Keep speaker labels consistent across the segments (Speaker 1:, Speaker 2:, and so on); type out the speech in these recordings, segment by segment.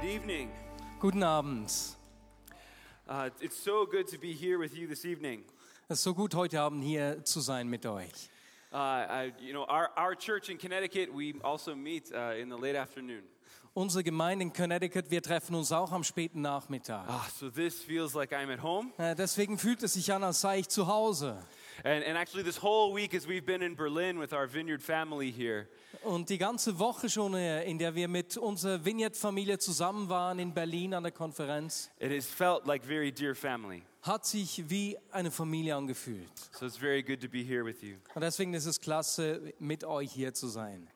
Speaker 1: Good evening.
Speaker 2: Guten Abend.
Speaker 1: Uh, it's so good to be here with you this evening.
Speaker 2: Es ist so gut, heute Abend hier zu sein mit euch.
Speaker 1: Uh, I, you know, our, our church in Connecticut, we also meet uh, in the late afternoon.
Speaker 2: Unsere Gemeinde in Connecticut, wir treffen uns auch am späten Nachmittag.
Speaker 1: Ah, so this feels like I'm at home.
Speaker 2: Äh, Deswegen fühlt es sich an, als sei ich zu Hause.
Speaker 1: And, and actually, this whole week, as we've been in Berlin with our vineyard family here,
Speaker 2: Und die ganze Woche schon, äh, in der wir mit unserer Vineyard-Familie zusammen waren in Berlin an der Konferenz,
Speaker 1: it has felt like very dear family.
Speaker 2: hat sich wie eine Familie angefühlt.
Speaker 1: So it's very good to be here with you.
Speaker 2: Und deswegen ist es klasse, mit euch hier zu sein.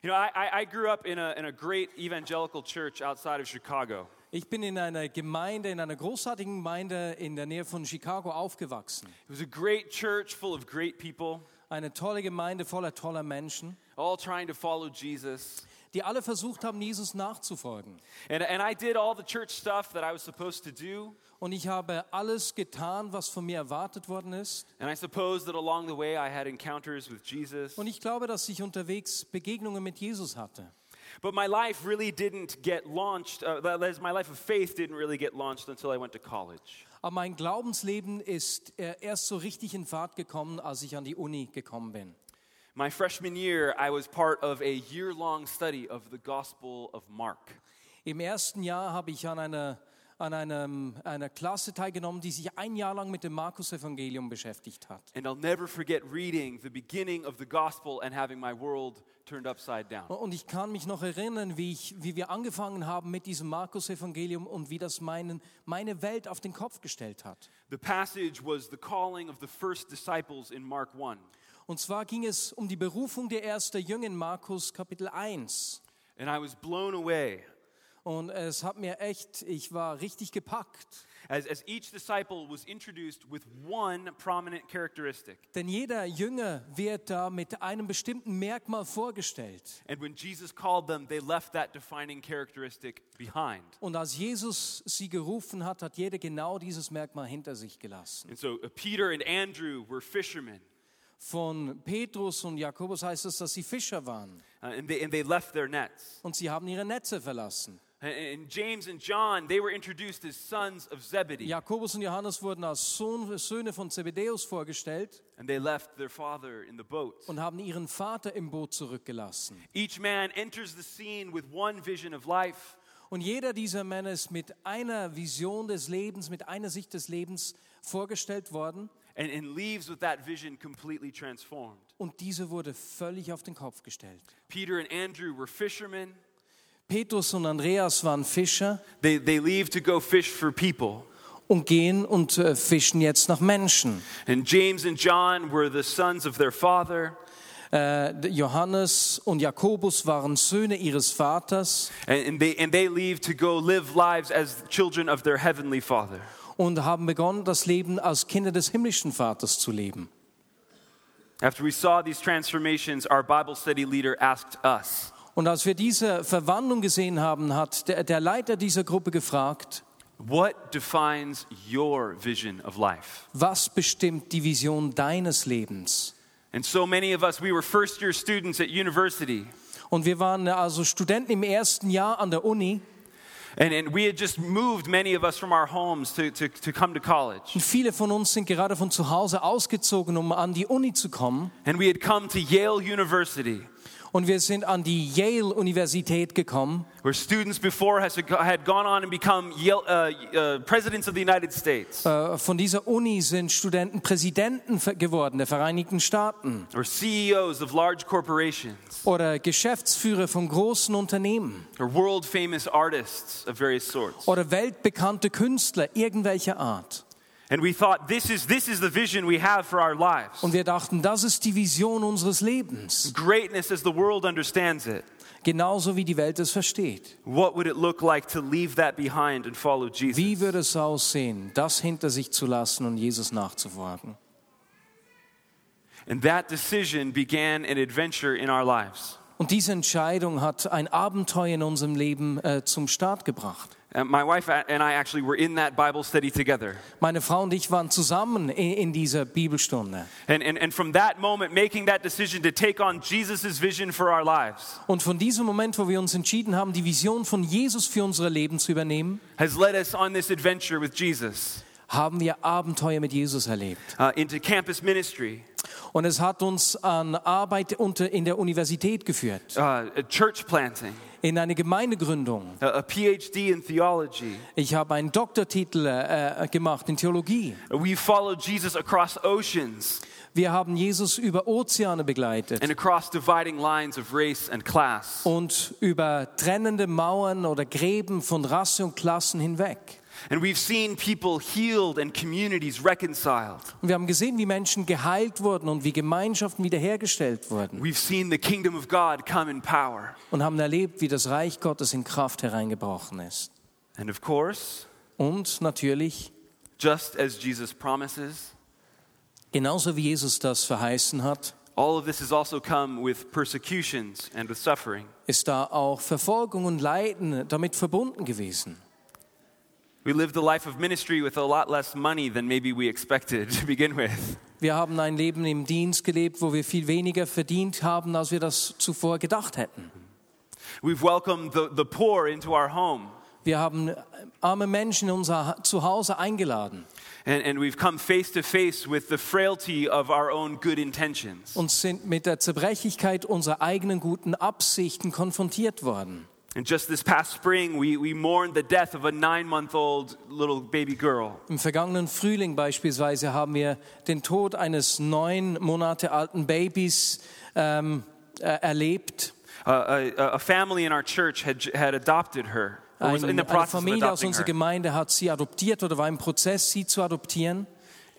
Speaker 1: You know, I, I, I grew up in a, in a great evangelical church outside of Chicago.
Speaker 2: Ich bin in einer Gemeinde, in einer großartigen Gemeinde in der Nähe von Chicago aufgewachsen.
Speaker 1: It was a great church full of great people,
Speaker 2: Eine tolle Gemeinde voller toller Menschen.
Speaker 1: all trying to follow Jesus.
Speaker 2: die alle versucht haben, Jesus nachzufolgen.
Speaker 1: And, and I did all the church stuff that I was supposed to do.
Speaker 2: Und ich habe alles getan, was von mir erwartet worden ist.
Speaker 1: And I suppose that along the way I had encounters with Jesus.
Speaker 2: Und ich glaube, dass ich unterwegs Begegnungen mit Jesus hatte.
Speaker 1: But my life really didn't get launched, uh, that is, my life of faith didn't really get launched until I went to college.
Speaker 2: Aber mein Glaubensleben ist äh, erst so richtig in Fahrt gekommen, als ich an die Uni gekommen bin.
Speaker 1: My freshman year, I was part of a year long study of the Gospel of Mark.
Speaker 2: Im ersten Jahr habe ich an einer, an einem, einer Klasse teilgenommen, die sich ein Jahr lang mit dem Markus-Evangelium beschäftigt hat.
Speaker 1: And I'll never forget reading the beginning of the Gospel and having my world turned upside down.
Speaker 2: Und ich kann mich noch erinnern, wie, ich, wie wir angefangen haben mit diesem Markus-Evangelium und wie das meinen, meine Welt auf den Kopf gestellt hat.
Speaker 1: The passage was the calling of the first disciples in Mark 1.
Speaker 2: Und zwar ging es um die Berufung der ersten Jünger in Markus Kapitel 1.
Speaker 1: And I was blown away
Speaker 2: Und es hat mir echt, ich war richtig gepackt.
Speaker 1: as, as each disciple was introduced with one prominent characteristic.
Speaker 2: Denn jeder Jünger wird da mit einem bestimmten Merkmal vorgestellt.
Speaker 1: And when Jesus called them, they left that defining characteristic behind.
Speaker 2: Und als Jesus sie gerufen hat, hat jeder genau dieses Merkmal hinter sich gelassen.
Speaker 1: And so uh, Peter and Andrew were fishermen,
Speaker 2: Von Petrus und Jakobus heißt es, dass sie Fischer waren.
Speaker 1: uh, and, they, and they left their nets.
Speaker 2: Und sie haben ihre Netze verlassen.
Speaker 1: And, and James and John, they were introduced as sons of Zebedee,
Speaker 2: Jakobus und Johannes wurden als Sohn, Söhne von Zebedäus vorgestellt
Speaker 1: and they left their father in the boat.
Speaker 2: und haben ihren Vater im Boot zurückgelassen.
Speaker 1: Each man enters the scene with one vision of life,
Speaker 2: Und jeder dieser Männer ist mit einer Vision des Lebens, mit einer Sicht des Lebens vorgestellt worden
Speaker 1: and, and leaves with that vision completely transformed.
Speaker 2: und diese wurde völlig auf den Kopf gestellt.
Speaker 1: Peter and Andrew were fishermen.
Speaker 2: Petrus und Andreas waren Fischer
Speaker 1: They, they leave to go fish for people.
Speaker 2: und gehen und äh, fischen jetzt nach Menschen.
Speaker 1: And James and John were the sons of their father.
Speaker 2: Äh, Johannes und Jakobus waren Söhne ihres Vaters
Speaker 1: And, and, they, and they leave to go live lives as children of their heavenly Father.
Speaker 2: und haben begonnen, das Leben als Kinder des himmlischen Vaters zu leben.
Speaker 1: After we saw these transformations, our Bible study leader asked us,
Speaker 2: Und als wir diese Verwandlung gesehen haben, hat der, der Leiter dieser Gruppe gefragt,
Speaker 1: What defines your vision of life?
Speaker 2: was bestimmt die Vision deines Lebens?
Speaker 1: And so many of us, we were first year students at university,
Speaker 2: Und wir waren also Studenten im ersten Jahr an der Uni.
Speaker 1: and, and we had just moved many of us from our homes to, to, to come to college.
Speaker 2: Und viele von uns sind gerade von zu Hause ausgezogen, um an die Uni zu kommen.
Speaker 1: And we had come to Yale University,
Speaker 2: Und wir sind an die Yale-Universität gekommen,
Speaker 1: where students before us had go- had gone on and become Yale, uh, uh, presidents of the United States,
Speaker 2: Äh, von dieser Uni sind Studenten Präsidenten ver- geworden der Vereinigten Staaten
Speaker 1: or CEOs of large corporations.
Speaker 2: oder Geschäftsführer von großen Unternehmen
Speaker 1: or world famous artists of various sorts.
Speaker 2: oder weltbekannte Künstler irgendwelcher Art.
Speaker 1: And we thought, this is, this is the vision we have for our lives.
Speaker 2: Und wir dachten, das ist die Vision unseres Lebens,
Speaker 1: Greatness as the world understands it.
Speaker 2: genauso wie die Welt es versteht.
Speaker 1: What would it look like to leave that behind and follow Jesus?
Speaker 2: Wie würde es aussehen, das hinter sich zu lassen und Jesus nachzufolgen?
Speaker 1: And that decision began an adventure in our lives.
Speaker 2: Und diese Entscheidung hat ein Abenteuer in unserem Leben äh, zum Start gebracht.
Speaker 1: And Uh, my wife a- and I actually were in that Bible study together.
Speaker 2: Meine Frau und ich waren zusammen in, in dieser Bibelstunde.
Speaker 1: And, and, and from that moment, making that decision to take on Jesus' vision for our lives
Speaker 2: Und von diesem Moment, wo wir uns entschieden haben, die Vision von Jesus für unser Leben zu übernehmen,
Speaker 1: has led us on this adventure with Jesus
Speaker 2: haben wir Abenteuer mit Jesus erlebt.
Speaker 1: uh, into campus ministry,
Speaker 2: Und es hat uns an Arbeit unter, in der Universität geführt,
Speaker 1: uh, a church planting,
Speaker 2: in eine Gemeindegründung.
Speaker 1: a, a PhD in theology.
Speaker 2: Ich habe einen Doktortitel äh, gemacht in Theologie.
Speaker 1: We followed Jesus across oceans
Speaker 2: Wir haben Jesus über Ozeane begleitet.
Speaker 1: and across dividing lines of race and class.
Speaker 2: und über trennende Mauern oder Gräben von Rasse und Klassen hinweg.
Speaker 1: And we've seen people healed and communities reconciled.
Speaker 2: Und wir haben gesehen, wie Menschen geheilt wurden und wie Gemeinschaften wiederhergestellt wurden
Speaker 1: We've seen the kingdom of God come in power.
Speaker 2: und haben erlebt, wie das Reich Gottes in Kraft hereingebrochen ist.
Speaker 1: And of course,
Speaker 2: Und natürlich,
Speaker 1: just as Jesus promises,
Speaker 2: genauso wie Jesus das verheißen hat,
Speaker 1: all of this has also come with persecutions and with suffering.
Speaker 2: ist da auch Verfolgung und Leiden damit verbunden gewesen.
Speaker 1: We lived a life of ministry with a lot less money than maybe we expected to begin with.
Speaker 2: Wir haben ein Leben im Dienst gelebt, wo wir viel weniger verdient haben, als wir das zuvor gedacht hätten.
Speaker 1: We've welcomed the, the poor into our home,
Speaker 2: Wir haben arme Menschen in unser Zuhause eingeladen.
Speaker 1: and, and we've come face to face with the frailty of our own good intentions.
Speaker 2: und sind mit der Zerbrechlichkeit unserer eigenen guten Absichten konfrontiert worden.
Speaker 1: And just this past spring, we, we mourned the death of a nine month old little baby girl.
Speaker 2: Im vergangenen Frühling beispielsweise haben wir den Tod eines neun Monate alten Babys ähm, äh, erlebt.
Speaker 1: Uh, a, a family in our church had, had adopted her. or was
Speaker 2: Ein,
Speaker 1: in the
Speaker 2: eine
Speaker 1: process of
Speaker 2: Familie aus
Speaker 1: adopting
Speaker 2: unserer
Speaker 1: her.
Speaker 2: Gemeinde hat sie adoptiert oder war im Prozess, sie zu adoptieren.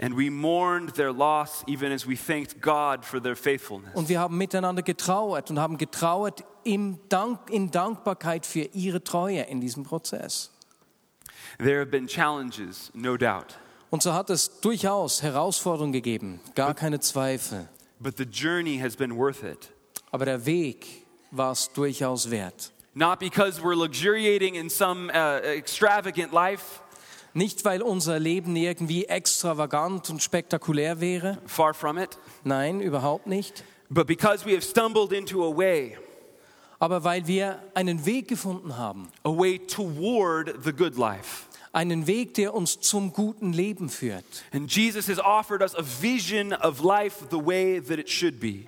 Speaker 1: And we mourned their loss even as we thanked God for their faithfulness.
Speaker 2: Und wir haben miteinander getrauert und haben getrauert im Dank, in Dankbarkeit für ihre Treue in diesem Prozess.
Speaker 1: There have been challenges, no doubt.
Speaker 2: Und so hat es durchaus Herausforderungen gegeben, gar keine Zweifel.
Speaker 1: But the journey has been worth it.
Speaker 2: Aber der Weg war es durchaus wert.
Speaker 1: Not because we're luxuriating in some uh, extravagant life,
Speaker 2: Nicht, weil unser Leben irgendwie extravagant und spektakulär wäre,
Speaker 1: far from it,
Speaker 2: nein, überhaupt nicht,
Speaker 1: but because we have stumbled into a way,
Speaker 2: aber weil wir einen Weg gefunden haben.
Speaker 1: a way toward the good life.
Speaker 2: Einen Weg, der uns zum guten Leben führt.
Speaker 1: And Jesus has offered us a vision of life the way that it should be.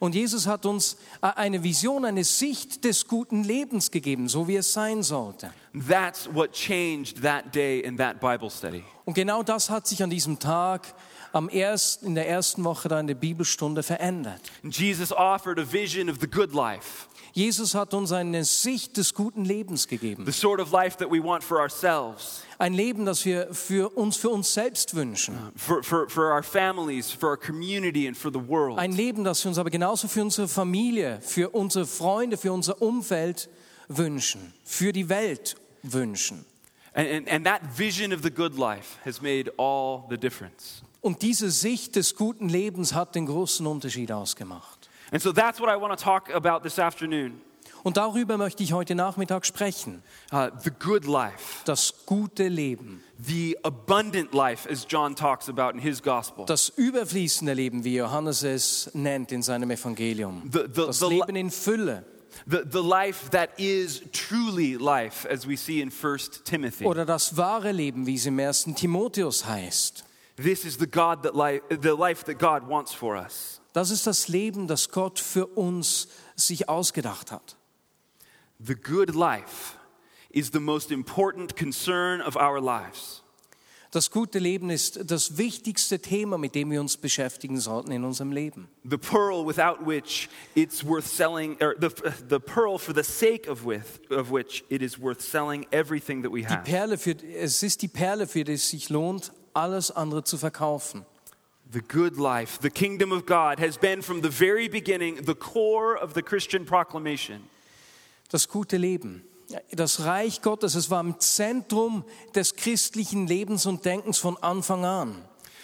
Speaker 2: Und Jesus hat uns äh, eine Vision, eine Sicht des guten Lebens gegeben, so wie es sein sollte.
Speaker 1: That's what changed that day in that Bible study.
Speaker 2: Und genau das hat sich an diesem Tag am ersten, in der ersten Woche da in der Bibelstunde verändert.
Speaker 1: Jesus offered a vision of the good life,
Speaker 2: Jesus hat uns eine Sicht des guten Lebens gegeben.
Speaker 1: the sort of life that we want for ourselves,
Speaker 2: Ein Leben, das wir für uns für uns selbst wünschen.
Speaker 1: for, for, for our families, for our community, and for the world.
Speaker 2: Ein Leben, das wir uns aber genauso für unsere Familie, für unsere Freunde, für unser Umfeld wünschen, für die Welt wünschen.
Speaker 1: And, and, and that vision of the good life has made all the difference.
Speaker 2: Und diese Sicht des guten Lebens hat den großen Unterschied ausgemacht.
Speaker 1: And so that's what I want to talk about this afternoon
Speaker 2: Und darüber möchte ich heute Nachmittag sprechen.
Speaker 1: uh, the good life,
Speaker 2: Das gute Leben,
Speaker 1: the abundant life, as John talks about in his gospel.
Speaker 2: das überfließende Leben, wie Johannes es nennt in seinem Evangelium.
Speaker 1: The- the-
Speaker 2: Das
Speaker 1: the li-
Speaker 2: Leben in Fülle
Speaker 1: The, the life that is truly life, as we see in 1 Timothy.
Speaker 2: oder das wahre Leben, wie es im ersten Timotheus heißt.
Speaker 1: This is the, God that li- the life that God wants for us.
Speaker 2: Das ist das Leben, das Gott für uns sich ausgedacht hat.
Speaker 1: The good life is the most important concern of our lives.
Speaker 2: Das gute Leben ist das wichtigste Thema, mit dem wir uns beschäftigen sollten in unserem Leben.
Speaker 1: The pearl without which it's worth selling, or the, the pearl for the sake of, with, of which it is worth selling everything that we
Speaker 2: Die
Speaker 1: have.
Speaker 2: Perle für, es ist die Perle, für die es sich lohnt, alles andere zu verkaufen.
Speaker 1: The good life, the kingdom of God, has been from the very beginning the core of the Christian proclamation.
Speaker 2: Das gute Leben, das Reich Gottes, es war im Zentrum des christlichen Lebens und Denkens von Anfang an.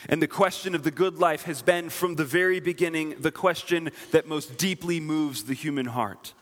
Speaker 1: And the question of the good life has been from the very beginning the question that most deeply moves the human heart.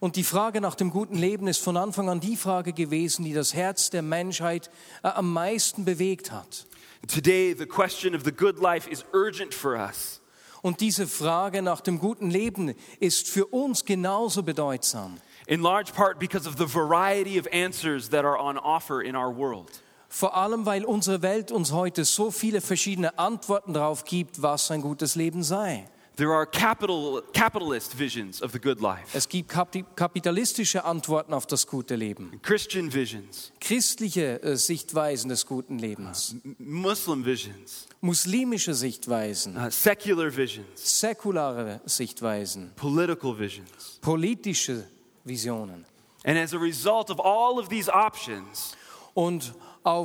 Speaker 2: Und die Frage nach dem guten Leben ist von Anfang an die Frage gewesen, die das Herz der Menschheit äh, am meisten bewegt hat.
Speaker 1: Today, the question of the good life is urgent for us.
Speaker 2: Und diese Frage nach dem guten Leben ist für uns genauso bedeutsam.
Speaker 1: in large part because of the variety of answers that are on offer in our world.
Speaker 2: Vor allem, weil unsere Welt uns heute so viele verschiedene Antworten darauf gibt, was ein gutes Leben sei.
Speaker 1: There are capital, capitalist visions of the good life,
Speaker 2: Es gibt kapi- kapitalistische Antworten auf das gute Leben,
Speaker 1: Christian visions,
Speaker 2: christliche äh, Sichtweisen des guten Lebens,
Speaker 1: M- Muslim visions,
Speaker 2: muslimische Sichtweisen,
Speaker 1: uh, secular visions,
Speaker 2: säkulare Sichtweisen,
Speaker 1: political visions.
Speaker 2: politische Visionen.
Speaker 1: And as a result of all of these options,
Speaker 2: Und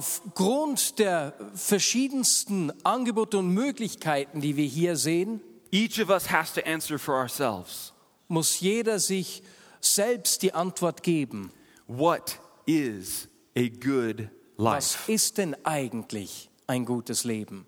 Speaker 2: aufgrund der verschiedensten Angebote und Möglichkeiten, die wir hier sehen,
Speaker 1: each of us has to answer for ourselves
Speaker 2: muss jeder sich selbst die Antwort geben.
Speaker 1: what is a good
Speaker 2: Was
Speaker 1: life?
Speaker 2: ist denn eigentlich ein gutes Leben?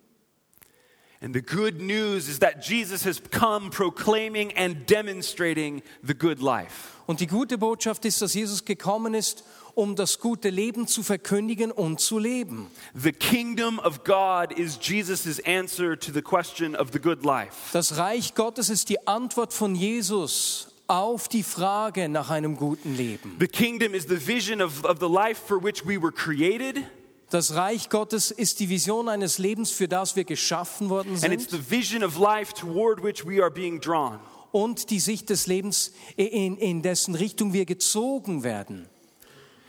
Speaker 1: And the good news is that Jesus has come proclaiming and demonstrating the good life.
Speaker 2: Und die gute Botschaft ist, dass Jesus gekommen ist, um das gute Leben zu verkündigen und zu leben.
Speaker 1: The kingdom of God is Jesus' answer to the question of the good life.
Speaker 2: Das Reich Gottes ist die Antwort von Jesus auf die Frage nach einem guten Leben.
Speaker 1: The kingdom is the vision of, of the life for which we were created,
Speaker 2: Das Reich Gottes ist die Vision eines Lebens, für das wir geschaffen worden
Speaker 1: and it's
Speaker 2: sind
Speaker 1: the vision of life toward which we are being drawn.
Speaker 2: und die Sicht des Lebens, in, in dessen Richtung wir gezogen werden.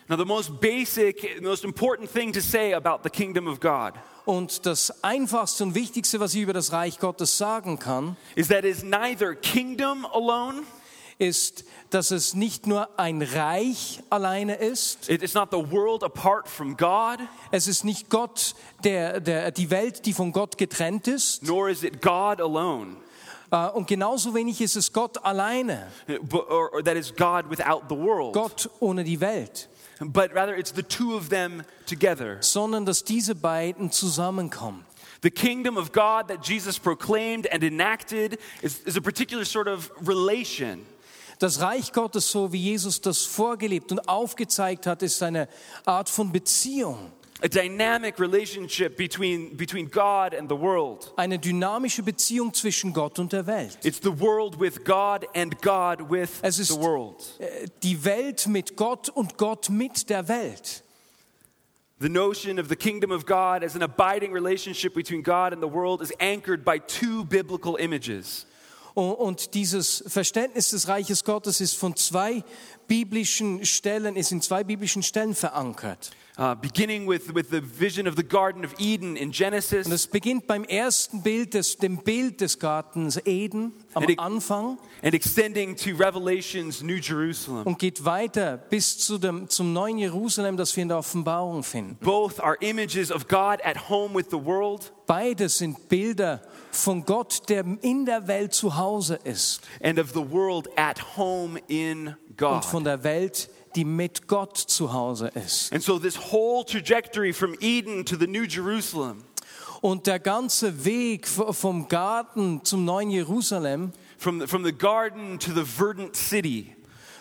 Speaker 1: Now, the most basic, most important thing to say about the kingdom of God
Speaker 2: Und das Einfachste und Wichtigste, was ich über das Reich Gottes sagen kann,
Speaker 1: is that it's neither kingdom alone,
Speaker 2: ist, dass es nicht nur ein Reich alleine ist.
Speaker 1: it- it's not the world apart from God,
Speaker 2: Es ist nicht Gott, der, der, die Welt, die von Gott getrennt ist.
Speaker 1: nor is it God alone,
Speaker 2: Äh, Und genauso wenig ist es Gott alleine,
Speaker 1: but- or, or that is God without the world,
Speaker 2: Gott ohne die Welt,
Speaker 1: but rather it's the two of them together.
Speaker 2: sondern dass diese beiden zusammenkommen.
Speaker 1: The kingdom of God that Jesus proclaimed and enacted is, is a particular sort of relation.
Speaker 2: Das Reich Gottes, so wie Jesus das vorgelebt und aufgezeigt hat, ist eine Art von Beziehung,
Speaker 1: A dynamic relationship between, between God and the world.
Speaker 2: eine dynamische Beziehung zwischen Gott und der Welt.
Speaker 1: It's the world with God and God with
Speaker 2: Es ist-
Speaker 1: the world.
Speaker 2: Äh, Die Welt mit Gott und Gott mit der Welt.
Speaker 1: The notion of the kingdom of God as an abiding relationship between God and the world is anchored by two biblical images.
Speaker 2: O- Und dieses Verständnis des Reiches Gottes ist von zwei biblischen Stellen, ist in zwei biblischen Stellen verankert.
Speaker 1: Uh, beginning with, with the vision of the Garden of Eden in
Speaker 2: Und
Speaker 1: Genesis,
Speaker 2: es beginnt beim ersten Bild, des, dem Bild des Gartens Eden am
Speaker 1: Erik-
Speaker 2: Anfang
Speaker 1: and extending to Revelation's New Jerusalem.
Speaker 2: und geht weiter bis zu dem, zum neuen Jerusalem, das wir in der Offenbarung finden.
Speaker 1: Both are images of God at home with the world,
Speaker 2: Beides sind Bilder von Gott, der in der Welt zu Hause ist
Speaker 1: and of the world at home in
Speaker 2: und
Speaker 1: God.
Speaker 2: von der Welt, die mit Gott zu Hause ist.
Speaker 1: And so, this whole trajectory from Eden to the New Jerusalem,
Speaker 2: Und der ganze Weg v- vom Garten zum neuen Jerusalem
Speaker 1: from the, from the garden to the verdant city,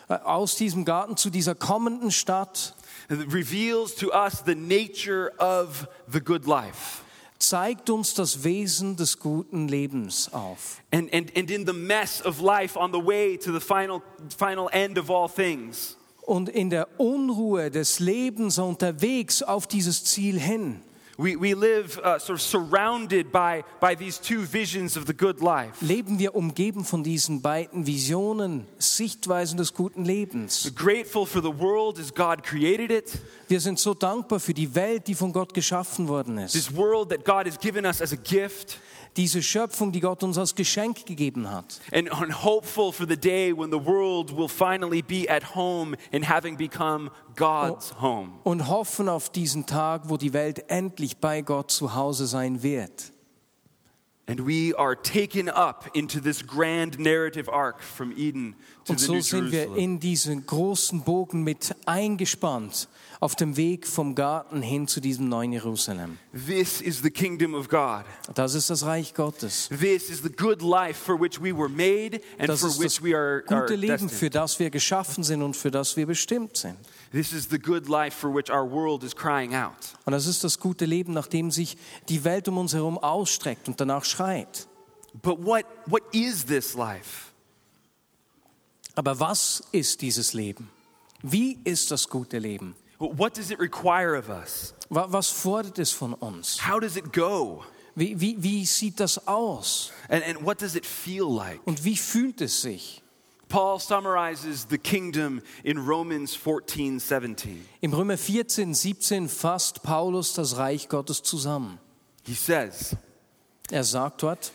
Speaker 2: äh, aus diesem Garten zu dieser kommenden Stadt
Speaker 1: reveals to us the nature of the good life.
Speaker 2: zeigt uns das Wesen des guten Lebens auf.
Speaker 1: And, and, and in the mess of life on the way to the final, final end of all things,
Speaker 2: Und in der Unruhe des Lebens unterwegs auf dieses Ziel hin
Speaker 1: we, we live uh, sort of surrounded by, by these two visions of the good life.
Speaker 2: leben wir umgeben von diesen beiden Visionen, Sichtweisen des guten Lebens.
Speaker 1: Grateful for the world as God created it,
Speaker 2: Wir sind so dankbar für die Welt, die von Gott geschaffen worden ist.
Speaker 1: this world that God has given us as a gift,
Speaker 2: diese Schöpfung, die Gott uns als Geschenk gegeben hat.
Speaker 1: and, and hopeful for the day when the world will finally be at home and having become God's
Speaker 2: Oh.
Speaker 1: home.
Speaker 2: Und hoffen auf diesen Tag, wo die Welt endlich bei Gott zu Hause sein wird.
Speaker 1: And we are taken up into this grand narrative arc from Eden to
Speaker 2: Und
Speaker 1: the
Speaker 2: Oh, so
Speaker 1: New
Speaker 2: sind wir
Speaker 1: Jerusalem.
Speaker 2: in diesen großen Bogen mit eingespannt auf dem Weg vom Garten hin zu diesem neuen Jerusalem.
Speaker 1: This is the kingdom of God.
Speaker 2: Das ist das Reich Gottes.
Speaker 1: This is the good life for which we were made and
Speaker 2: Das
Speaker 1: for
Speaker 2: ist das
Speaker 1: which we are, are
Speaker 2: gute Leben,
Speaker 1: destined.
Speaker 2: für das wir geschaffen sind und für das wir bestimmt sind.
Speaker 1: This is the good life for which our world is crying out.
Speaker 2: Und das ist das gute Leben, nach dem sich die Welt um uns herum ausstreckt und danach schreit.
Speaker 1: But what, what is this life?
Speaker 2: Aber was ist dieses Leben? Wie ist das gute Leben?
Speaker 1: What does it require of us?
Speaker 2: Wa- Was fordert es von uns?
Speaker 1: How does it go?
Speaker 2: Wie, wie, wie sieht das aus?
Speaker 1: And, and what does it feel like?
Speaker 2: Und wie fühlt es sich?
Speaker 1: Paul summarizes the kingdom in Romans 14 17.
Speaker 2: Im Römer 14, 17 fasst Paulus das Reich Gottes zusammen.
Speaker 1: He says,
Speaker 2: Er sagt dort,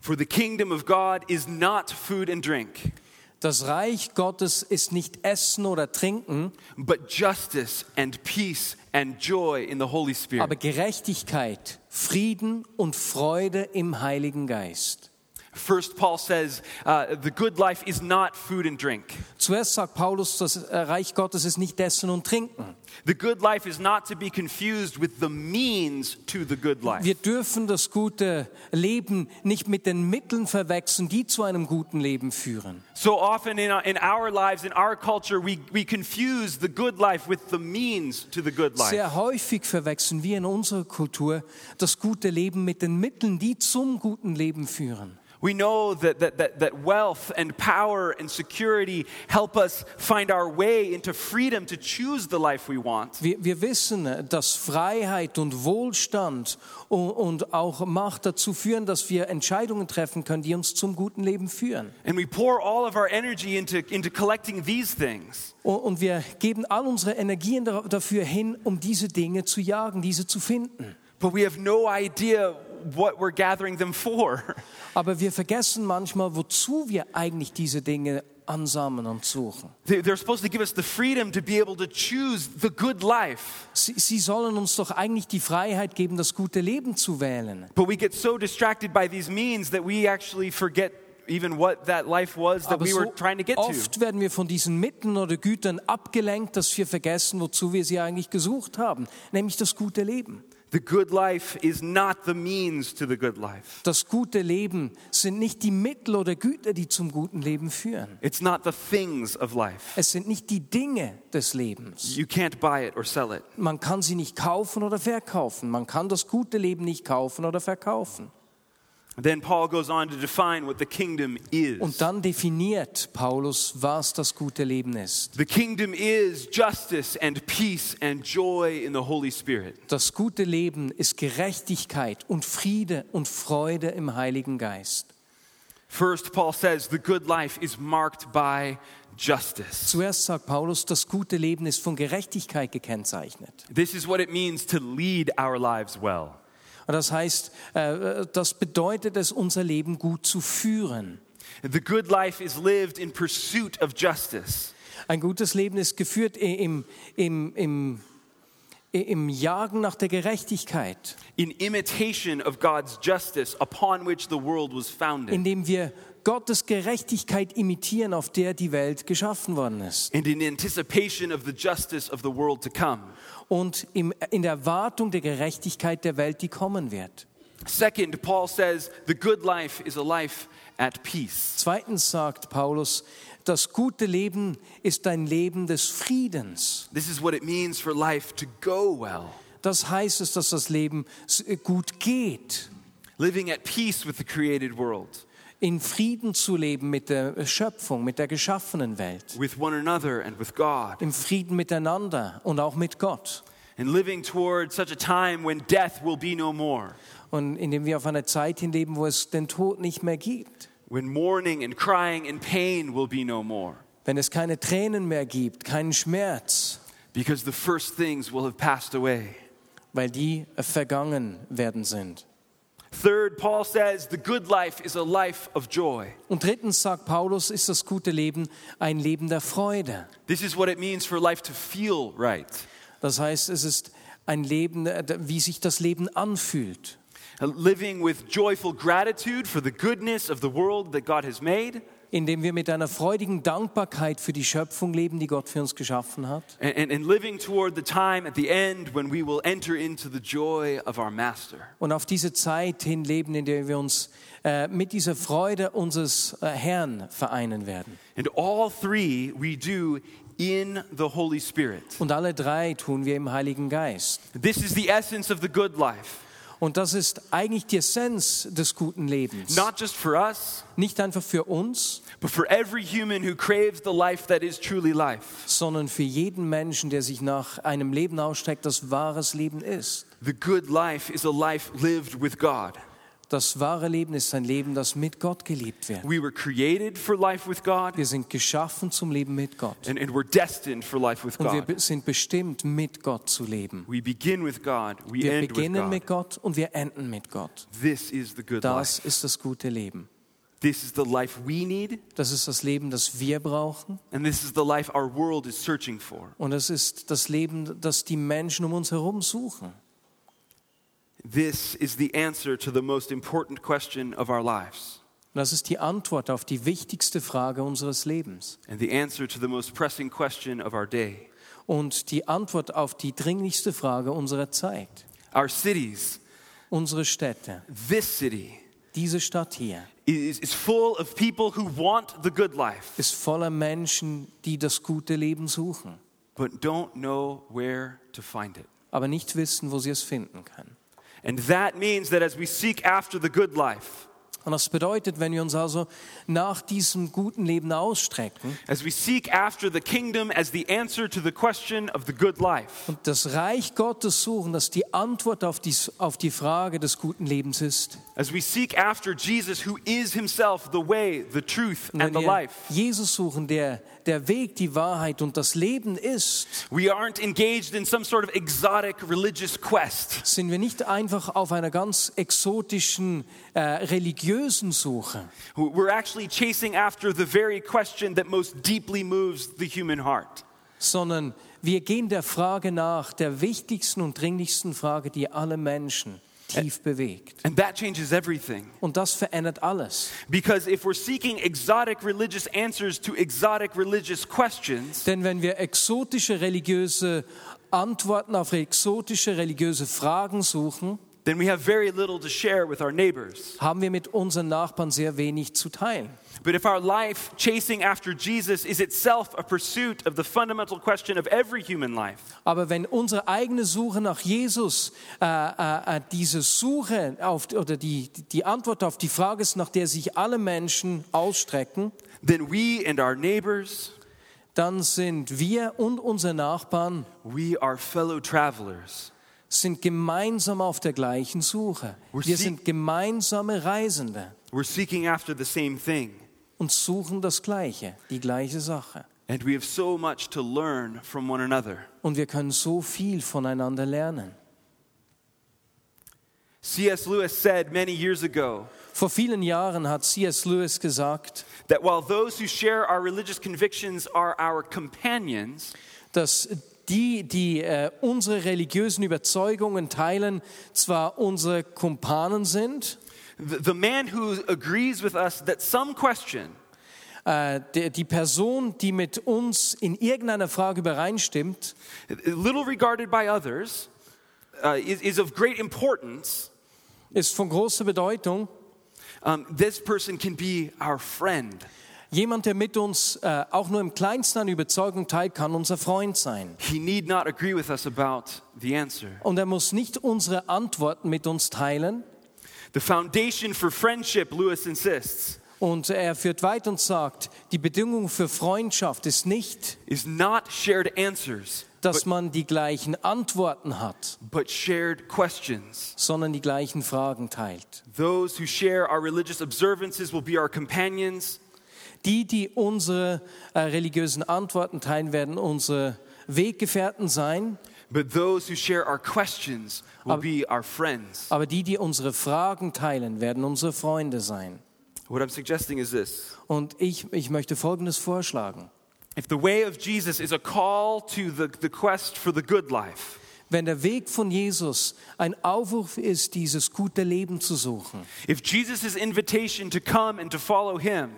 Speaker 1: For the kingdom of God is not food and drink,
Speaker 2: das Reich Gottes ist nicht Essen oder Trinken,
Speaker 1: but justice and peace and joy in the Holy
Speaker 2: aber
Speaker 1: Spirit.
Speaker 2: Gerechtigkeit, Frieden und Freude im Heiligen Geist.
Speaker 1: First, Paul says, uh, The good life is not food and drink.
Speaker 2: Zuerst sagt Paulus, das äh, Reich Gottes ist nicht Essen und Trinken.
Speaker 1: The good life is not to be confused with the means to the good life.
Speaker 2: Wir dürfen das gute Leben nicht mit den Mitteln verwechseln, die zu einem guten Leben führen.
Speaker 1: So often in our, in our lives, in our culture, we, we confuse the good life with the means to the good life.
Speaker 2: Sehr häufig verwechseln wir in unserer Kultur das gute Leben mit den Mitteln, die zum guten Leben führen.
Speaker 1: We know that, that, that, that wealth and power and security help us find our way into freedom to choose the life we want.
Speaker 2: Wir, wir wissen, dass Freiheit und Wohlstand und, und auch Macht dazu führen, dass wir Entscheidungen treffen können, die uns zum guten Leben führen.
Speaker 1: And we pour all of our energy into, into collecting these things.
Speaker 2: Und- Und wir geben all unsere Energien dar- dafür hin, um diese Dinge zu jagen, diese zu finden.
Speaker 1: But we have no idea what we're gathering them for.
Speaker 2: Aber wir vergessen manchmal, wozu wir eigentlich diese Dinge ansammeln und suchen.
Speaker 1: They- They're supposed to give us the freedom to be able to choose the good life.
Speaker 2: Sie, sie sollen uns doch eigentlich die Freiheit geben, das gute Leben zu wählen.
Speaker 1: But we get so distracted by these means that we actually forget even what that life was that
Speaker 2: Aber
Speaker 1: we were
Speaker 2: so
Speaker 1: trying to get to.
Speaker 2: oft werden wir von diesen Mitteln oder Gütern abgelenkt, dass wir vergessen, wozu wir sie eigentlich gesucht haben, nämlich das gute Leben.
Speaker 1: The good life is not the means to the good life.
Speaker 2: Das gute Leben sind nicht die Mittel oder Güter, die zum guten Leben führen.
Speaker 1: It's not the things of life.
Speaker 2: Es sind nicht die Dinge des Lebens.
Speaker 1: You can't buy it or sell it.
Speaker 2: Man kann sie nicht kaufen oder verkaufen. Man kann das gute Leben nicht kaufen oder verkaufen.
Speaker 1: Then Paul goes on to define what the kingdom
Speaker 2: Und
Speaker 1: is.
Speaker 2: dann definiert Paulus, was das gute Leben ist.
Speaker 1: The kingdom is justice and peace and joy in the Holy Spirit.
Speaker 2: Das gute Leben ist Gerechtigkeit und Friede und Freude im Heiligen Geist.
Speaker 1: First, Paul says the good life is marked by justice.
Speaker 2: Zuerst sagt Paulus, das gute Leben ist von Gerechtigkeit gekennzeichnet.
Speaker 1: This is what it means to lead our lives well.
Speaker 2: Und das heißt, äh, das bedeutet es, unser Leben gut zu führen.
Speaker 1: The good life is lived in pursuit of justice.
Speaker 2: Ein gutes Leben ist geführt i- im, im, im, i- im Jagen nach der Gerechtigkeit,
Speaker 1: in imitation of God's justice upon which the world was founded,
Speaker 2: indem wir Gottes Gerechtigkeit imitieren, auf der die Welt geschaffen worden ist.
Speaker 1: and in anticipation of the justice of the world to come.
Speaker 2: Und im, in der Erwartung der Gerechtigkeit der Welt, die kommen wird.
Speaker 1: Second, Paul says the good life is a life at peace.
Speaker 2: Zweitens sagt Paulus, das gute Leben ist ein Leben des Friedens.
Speaker 1: This is what it means for life to go well,
Speaker 2: Das heißt es, dass das Leben s- äh, gut geht,
Speaker 1: living at peace with the created world,
Speaker 2: in Frieden zu leben mit der Schöpfung, mit der geschaffenen Welt,
Speaker 1: with one another and with God,
Speaker 2: im Frieden miteinander und auch mit Gott.
Speaker 1: and living toward such a time when death will be no more,
Speaker 2: Und indem wir auf einer Zeit hinleben, wo es den Tod nicht mehr gibt,
Speaker 1: when mourning and crying and pain will be no more,
Speaker 2: wenn es keine Tränen mehr gibt, keinen Schmerz,
Speaker 1: because the first things will have passed away.
Speaker 2: weil die vergangen werden sind.
Speaker 1: Third, Paul says the good life is a life of joy.
Speaker 2: Und drittens sagt Paulus, ist das gute Leben ein Leben der Freude.
Speaker 1: This is what it means for life to feel right.
Speaker 2: Das heißt, es ist ein Leben, äh, wie sich das Leben anfühlt.
Speaker 1: uh, Living with joyful gratitude for the goodness of the world that God has made,
Speaker 2: Indem wir mit einer freudigen Dankbarkeit für die Schöpfung leben, die Gott für uns geschaffen hat.
Speaker 1: and, and, and living toward the time at the end when we will enter into the joy of our Master.
Speaker 2: Und auf diese Zeit hin leben, in der wir uns äh, mit dieser Freude unseres äh, Herrn vereinen werden.
Speaker 1: And all three we do in the Holy Spirit.
Speaker 2: Und alle drei tun wir im Heiligen Geist.
Speaker 1: This is the essence of the good life,
Speaker 2: Und das ist eigentlich die Essenz des guten Lebens.
Speaker 1: not just for us,
Speaker 2: Nicht einfach für uns,
Speaker 1: but for every human who craves the life that is truly life.
Speaker 2: sondern für jeden Menschen, der sich nach einem Leben ausstreckt, das wahres Leben ist.
Speaker 1: The good life is a life lived with God.
Speaker 2: Das wahre Leben ist ein Leben, das mit Gott gelebt wird.
Speaker 1: We were created for life with God,
Speaker 2: Wir sind geschaffen zum Leben mit Gott.
Speaker 1: and, and we're destined for life with
Speaker 2: Und wir
Speaker 1: God.
Speaker 2: be- sind bestimmt, mit Gott zu leben.
Speaker 1: We begin with God, we
Speaker 2: Wir
Speaker 1: end with
Speaker 2: beginnen
Speaker 1: God.
Speaker 2: mit Gott und wir enden mit Gott.
Speaker 1: This is the good
Speaker 2: Das
Speaker 1: life.
Speaker 2: ist das gute Leben.
Speaker 1: This is the life we need,
Speaker 2: Das ist das Leben, das wir brauchen.
Speaker 1: and this is the life our world is searching for.
Speaker 2: Und das ist das Leben, das die Menschen um uns herum suchen.
Speaker 1: This is the answer to the most important question of our lives,
Speaker 2: Und das ist die Antwort auf die wichtigste Frage unseres Lebens.
Speaker 1: and the answer to the most pressing question of our day.
Speaker 2: Und die Antwort auf die dringlichste Frage unserer Zeit.
Speaker 1: Our cities,
Speaker 2: Unsere Städte,
Speaker 1: this city,
Speaker 2: diese Stadt hier,
Speaker 1: is, is full of people who want the good life,
Speaker 2: ist voller Menschen, die das gute Leben suchen,
Speaker 1: but don't know where to find it.
Speaker 2: aber nicht wissen, wo sie es finden können.
Speaker 1: And that means that as we seek after the good life,
Speaker 2: Und das bedeutet, wenn wir uns also nach diesem guten Leben ausstrecken
Speaker 1: as we seek after the kingdom as the answer to the question of the good life,
Speaker 2: und das Reich Gottes suchen, dass die Antwort auf die, auf die Frage des guten Lebens ist,
Speaker 1: as we seek after Jesus, who is himself the way, the truth,
Speaker 2: und
Speaker 1: and
Speaker 2: wenn
Speaker 1: the
Speaker 2: wir
Speaker 1: life,
Speaker 2: Jesus suchen, der der Weg, die Wahrheit und das Leben ist,
Speaker 1: we aren't engaged in some sort of exotic religious quest.
Speaker 2: sind wir nicht einfach auf einer ganz exotischen äh, religiösen Suche,
Speaker 1: We're actually chasing after the very question that most deeply moves the human heart.
Speaker 2: sondern wir gehen der Frage nach, der wichtigsten und dringlichsten Frage, die alle Menschen tief bewegt.
Speaker 1: And that changes everything.
Speaker 2: Und das verändert alles.
Speaker 1: Because if we're seeking exotic religious answers to exotic religious questions,
Speaker 2: Denn wenn wir exotische religiöse Antworten auf exotische religiöse Fragen suchen,
Speaker 1: then we have very little to share with our neighbors.
Speaker 2: haben wir mit unseren Nachbarn sehr wenig zu teilen.
Speaker 1: But if our life chasing after Jesus is itself a pursuit of the fundamental question of every human life,
Speaker 2: Aber wenn unsere eigene Suche nach Jesus, äh, äh, äh, diese Suche auf, oder die, die Antwort auf die Frage ist, nach der sich alle Menschen ausstrecken,
Speaker 1: then we and our neighbors,
Speaker 2: dann sind wir und unsere Nachbarn
Speaker 1: we are fellow travelers.
Speaker 2: sind gemeinsam auf der gleichen Suche.
Speaker 1: We're
Speaker 2: Wir
Speaker 1: see-
Speaker 2: sind gemeinsame Reisende
Speaker 1: We're seeking after the same thing,
Speaker 2: und suchen das Gleiche, die gleiche Sache.
Speaker 1: and we have so much to learn from one another.
Speaker 2: Und wir können so viel voneinander lernen.
Speaker 1: C.S. Lewis said many years ago
Speaker 2: Vor vielen Jahren hat C.S. Lewis gesagt,
Speaker 1: that while those who share our religious convictions are our companions,
Speaker 2: dass die, die äh, unsere religiösen Überzeugungen teilen, zwar unsere Kumpanen sind,
Speaker 1: the, the man who agrees with us that some question
Speaker 2: äh, die, die Person, die mit uns in irgendeiner Frage übereinstimmt,
Speaker 1: little regarded by others, uh, is, is of great importance,
Speaker 2: ist von großer Bedeutung.
Speaker 1: um, this person can be our friend.
Speaker 2: Jemand, der mit uns äh, auch nur im kleinsten an Überzeugung teilt, kann unser Freund sein.
Speaker 1: He need not agree with us about the answer.
Speaker 2: Und er muss nicht unsere Antworten mit uns teilen.
Speaker 1: The foundation for friendship, Lewis insists,
Speaker 2: Und er führt weiter und sagt, die Bedingung für Freundschaft ist nicht,
Speaker 1: is not shared answers,
Speaker 2: dass man die gleichen Antworten hat,
Speaker 1: but shared questions.
Speaker 2: sondern die gleichen Fragen teilt.
Speaker 1: Those who share our religious observances will be our companions,
Speaker 2: Die, die unsere äh, religiösen Antworten teilen, werden unsere Weggefährten sein.
Speaker 1: But those who share our questions will be our friends.
Speaker 2: Aber die, die unsere Fragen teilen, werden unsere Freunde sein.
Speaker 1: What I'm suggesting is this
Speaker 2: Und ich, ich möchte Folgendes vorschlagen.
Speaker 1: if the way of Jesus is a call to the, the quest for the good life,
Speaker 2: Wenn der Weg von Jesus ein Aufruf ist, dieses gute Leben zu suchen,
Speaker 1: if Jesus' invitation to come and to follow him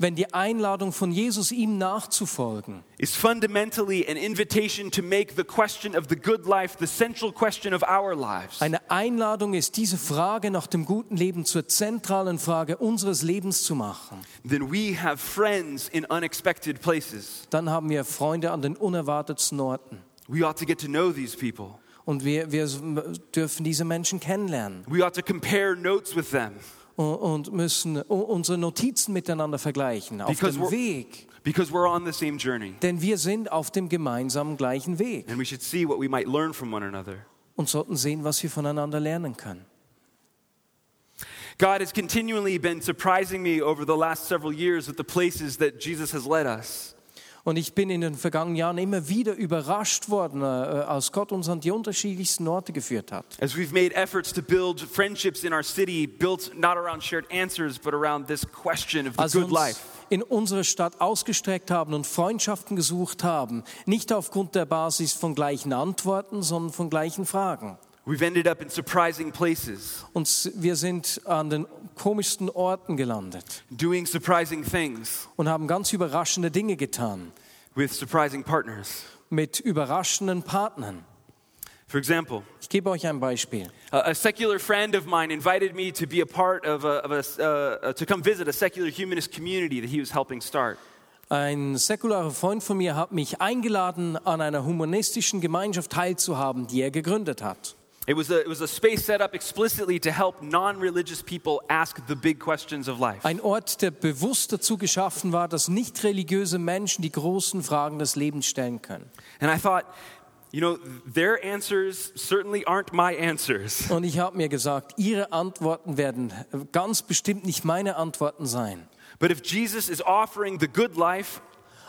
Speaker 2: wenn die Einladung von Jesus, ihm nachzufolgen,
Speaker 1: is fundamentally an invitation to make the question of the good life the central question of our lives,
Speaker 2: eine Einladung ist, diese Frage nach dem guten Leben zur zentralen Frage unseres Lebens zu machen,
Speaker 1: then we have friends in unexpected places.
Speaker 2: dann haben wir Freunde an den unerwartetsten Orten.
Speaker 1: We ought to get to know these people.
Speaker 2: Und wir, wir dürfen diese Menschen kennenlernen
Speaker 1: We ought to compare notes with them
Speaker 2: und, und müssen u- unsere Notizen miteinander vergleichen auf
Speaker 1: Because
Speaker 2: dem
Speaker 1: we're-
Speaker 2: Weg.
Speaker 1: because we're on the same journey.
Speaker 2: Denn wir sind auf dem gemeinsamen gleichen Weg
Speaker 1: And we should see what we might learn from one another.
Speaker 2: und sollten sehen, was wir voneinander lernen können.
Speaker 1: God has continually been surprising me over the last several years with the places that Jesus has led us.
Speaker 2: Und ich bin in den vergangenen Jahren immer wieder überrascht worden, äh, als Gott uns an die unterschiedlichsten Orte geführt hat.
Speaker 1: As we've made efforts to build friendships in our city, built not around shared answers, but around this question of the
Speaker 2: Als wir
Speaker 1: good
Speaker 2: uns
Speaker 1: life.
Speaker 2: in unsere Stadt ausgestreckt haben und Freundschaften gesucht haben, nicht aufgrund der Basis von gleichen Antworten, sondern von gleichen Fragen.
Speaker 1: We've ended up in surprising places,
Speaker 2: Und s- wir sind an den komischsten Orten gelandet
Speaker 1: doing surprising things
Speaker 2: und haben ganz überraschende Dinge getan
Speaker 1: with surprising partners.
Speaker 2: mit überraschenden Partnern.
Speaker 1: For example,
Speaker 2: Ich gebe euch ein Beispiel.
Speaker 1: a a secular friend of mine invited me to be a part of a, of a uh, to come visit a secular humanist community that he was helping start.
Speaker 2: Ein säkularer Freund von mir hat mich eingeladen, an einer humanistischen Gemeinschaft teilzuhaben, die er gegründet hat.
Speaker 1: It was, a, it was a space set up explicitly to help non religious people ask the big questions of life.
Speaker 2: Ein Ort, der bewusst dazu geschaffen war, dass nicht religiöse Menschen die großen Fragen des Lebens stellen können.
Speaker 1: And I thought, you know, their answers certainly aren't my answers.
Speaker 2: Und ich habe mir gesagt, ihre Antworten werden ganz bestimmt nicht meine Antworten sein.
Speaker 1: But if Jesus is offering the good life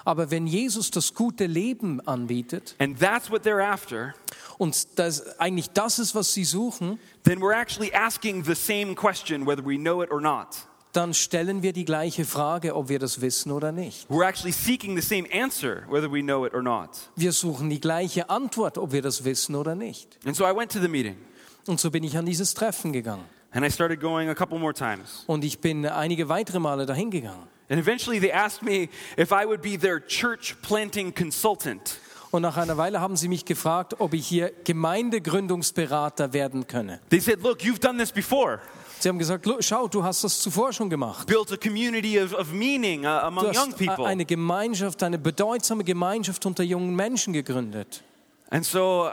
Speaker 2: Aber wenn Jesus das gute Leben anbietet
Speaker 1: and that's what they're after,
Speaker 2: und das eigentlich das ist, was sie suchen,
Speaker 1: then we're actually asking the same question whether we know it or not.
Speaker 2: dann stellen wir die gleiche Frage, ob wir das wissen oder nicht.
Speaker 1: We're actually seeking the same answer whether we know it or not.
Speaker 2: Wir suchen die gleiche Antwort, ob wir das wissen oder nicht.
Speaker 1: And so I went to the meeting
Speaker 2: Und so bin ich an dieses Treffen gegangen.
Speaker 1: and I started going a couple more times.
Speaker 2: Und ich bin einige weitere Male dahin gegangen.
Speaker 1: And eventually they asked me if I would be their church planting consultant.
Speaker 2: Und nach einer Weile haben sie mich gefragt, ob ich hier Gemeindegründungsberater werden könne.
Speaker 1: They said, Look, you've done this before.
Speaker 2: Sie haben gesagt, "Lo- schau, du hast das zuvor schon gemacht.
Speaker 1: Built a community of, of meaning uh,
Speaker 2: Du
Speaker 1: among young
Speaker 2: hast äh,
Speaker 1: people.
Speaker 2: eine Gemeinschaft, eine bedeutsame Gemeinschaft unter jungen Menschen gegründet.
Speaker 1: And so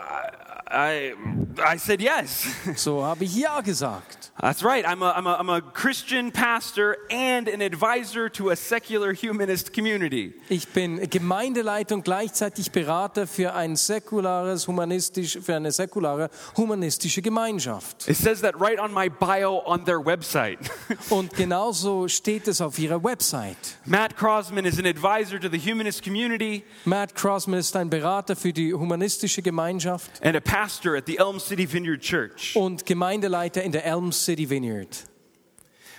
Speaker 1: I, I, I said, Yes.
Speaker 2: So habe ich ja gesagt.
Speaker 1: That's right. I'm a, I'm, a, I'm a Christian pastor and an advisor to a secular humanist community.
Speaker 2: Ich bin Gemeindeleiter und gleichzeitig Berater für ein säkulares humanistisch für eine säkulare humanistische Gemeinschaft.
Speaker 1: It says that right on my bio on their website.
Speaker 2: Und genauso steht es auf ihrer Website.
Speaker 1: Matt Crosman is an advisor to the humanist community
Speaker 2: Matt Crossman ist ein Berater für die humanistische Gemeinschaft.
Speaker 1: and a pastor at the Elm City Vineyard Church.
Speaker 2: und Gemeindeleiter in der Elm City Vineyard.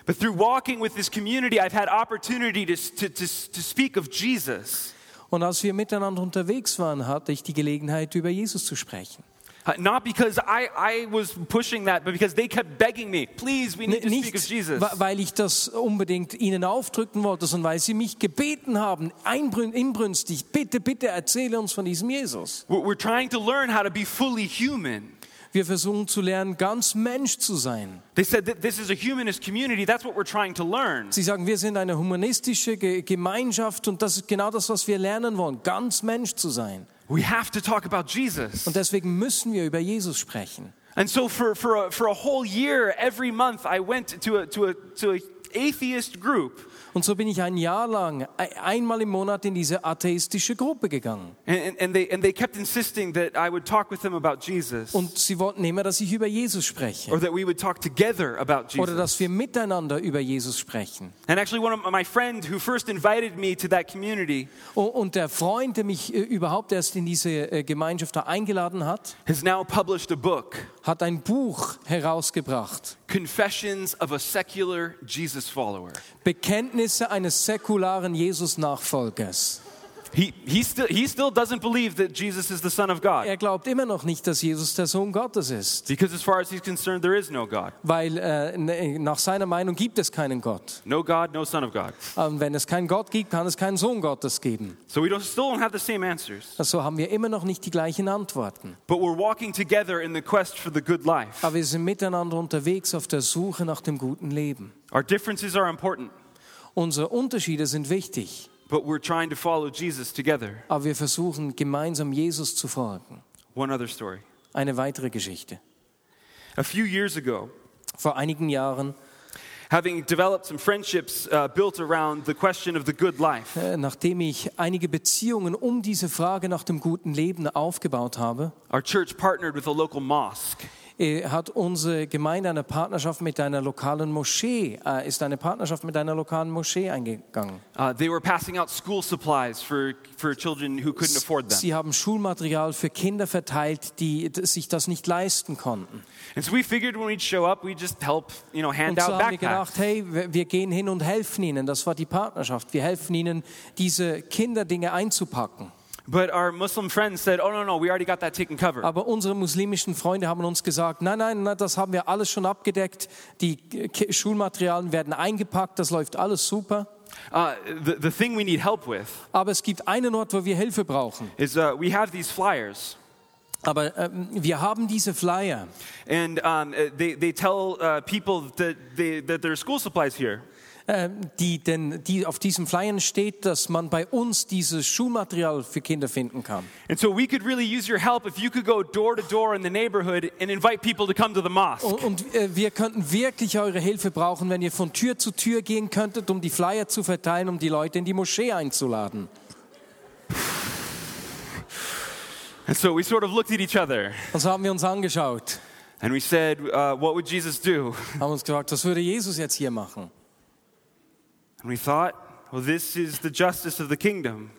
Speaker 1: But through walking with this community, I've had opportunity to, to, to, to speak of Jesus.
Speaker 2: Und als wir miteinander unterwegs waren, hatte ich die Gelegenheit, über Jesus zu sprechen.
Speaker 1: Uh, Not because I, I was pushing that, but because they kept begging me, please, we need to
Speaker 2: Nicht,
Speaker 1: speak of Jesus.
Speaker 2: wa- weil ich das unbedingt ihnen aufdrücken wollte, sondern weil sie mich gebeten haben, einbrün- inbrünstig, bitte, bitte erzähle uns von diesem Jesus.
Speaker 1: We're we're trying to learn how to be fully human.
Speaker 2: Wir versuchen zu lernen, ganz Mensch zu sein.
Speaker 1: They said that this is a humanist community. That's what we're trying to learn.
Speaker 2: Sie sagen, wir sind eine humanistische Ge Gemeinschaft und das ist genau das, was wir lernen wollen, ganz Mensch zu sein.
Speaker 1: We have to talk about Jesus.
Speaker 2: Und deswegen müssen wir über Jesus sprechen.
Speaker 1: And so for, for, a, for a whole year, every month, I went to a, to a, to a atheist group.
Speaker 2: Und so bin ich ein Jahr lang e- einmal im Monat in diese atheistische Gruppe gegangen.
Speaker 1: And, and, and, they, and they kept insisting that I would talk with them about Jesus.
Speaker 2: Und sie wollten immer, dass ich über Jesus spreche
Speaker 1: or that we would talk together about
Speaker 2: oder
Speaker 1: Oh, Jesus.
Speaker 2: dass wir miteinander über Jesus sprechen.
Speaker 1: And actually, one of my friend who first invited me to that community
Speaker 2: O- Und der Freund, der mich äh, überhaupt erst in diese äh, Gemeinschaft da eingeladen hat,
Speaker 1: has now published a book,
Speaker 2: hat ein Buch herausgebracht.
Speaker 1: Confessions of a Secular Jesus Follower.
Speaker 2: Bekenntnisse eines säkularen Jesus-Nachfolgers.
Speaker 1: He, he, still, he still doesn't believe that Jesus is the Son of God.
Speaker 2: Er glaubt immer noch nicht, dass Jesus der Sohn Gottes ist,
Speaker 1: Because, as far as he's concerned, there is no God.
Speaker 2: weil äh, n- nach seiner Meinung gibt es keinen Gott.
Speaker 1: No God, no Son of God.
Speaker 2: Und wenn es keinen Gott gibt, kann es keinen Sohn Gottes geben.
Speaker 1: So we don't, still don't have the same answers.
Speaker 2: So Also haben wir immer noch nicht die gleichen Antworten.
Speaker 1: But we're walking together in the quest for the good life.
Speaker 2: Aber wir sind miteinander unterwegs auf der Suche nach dem guten Leben.
Speaker 1: Our differences are important,
Speaker 2: Unsere Unterschiede sind wichtig,
Speaker 1: but we're trying to follow Jesus together.
Speaker 2: aber wir versuchen gemeinsam Jesus zu folgen.
Speaker 1: One other story.
Speaker 2: Eine weitere Geschichte.
Speaker 1: A few years ago,
Speaker 2: Vor einigen Jahren,
Speaker 1: having developed some friendships uh, built around the question of the good life,
Speaker 2: äh, nachdem ich einige Beziehungen um diese Frage nach dem guten Leben aufgebaut habe,
Speaker 1: our church partnered with a local mosque.
Speaker 2: äh, hat unsere Gemeinde eine Partnerschaft mit einer lokalen Moschee, äh, ist eine Partnerschaft mit einer lokalen Moschee eingegangen.
Speaker 1: Uh, they were passing out school supplies for, for children who couldn't afford them.
Speaker 2: Sie haben Schulmaterial für Kinder verteilt, die d- sich das nicht leisten konnten.
Speaker 1: And so we figured when we'd show up, we'd just help, you know, hand
Speaker 2: Und so
Speaker 1: out
Speaker 2: haben wir gedacht,
Speaker 1: backpacks.
Speaker 2: hey, wir wir gehen hin und helfen ihnen. Das war die Partnerschaft. Wir helfen ihnen, diese Kinderdinge einzupacken.
Speaker 1: But our Muslim friends said, oh, no, no, we already got that taken covered.
Speaker 2: Aber unsere muslimischen Freunde haben uns gesagt, nein, nein, nein, das haben wir alles schon abgedeckt. Die K- Schulmaterialien werden eingepackt, das läuft alles super.
Speaker 1: Uh, the, the thing we need help with
Speaker 2: Aber es gibt einen Ort, wo wir Hilfe brauchen.
Speaker 1: is uh, we have these flyers.
Speaker 2: Aber ähm, wir haben diese Flyer.
Speaker 1: And um, uh, they, they tell uh, people that, they, that there are school supplies here.
Speaker 2: ähm, die, denn, die auf diesen Flyern steht, dass man bei uns dieses Schulmaterial für Kinder finden kann.
Speaker 1: And so we could really use your help if you could go door to door in the neighborhood and invite people to come to the mosque.
Speaker 2: Und, und äh, wir könnten wirklich eure Hilfe brauchen, wenn ihr von Tür zu Tür gehen könntet, um die Flyer zu verteilen, um die Leute in die Moschee einzuladen.
Speaker 1: And so we sort of looked at each other
Speaker 2: Und so haben wir uns angeschaut,
Speaker 1: and we said, uh, What would Jesus do?
Speaker 2: haben uns gefragt, was würde Jesus jetzt hier machen?
Speaker 1: And we thought, Well, this is the justice of the kingdom.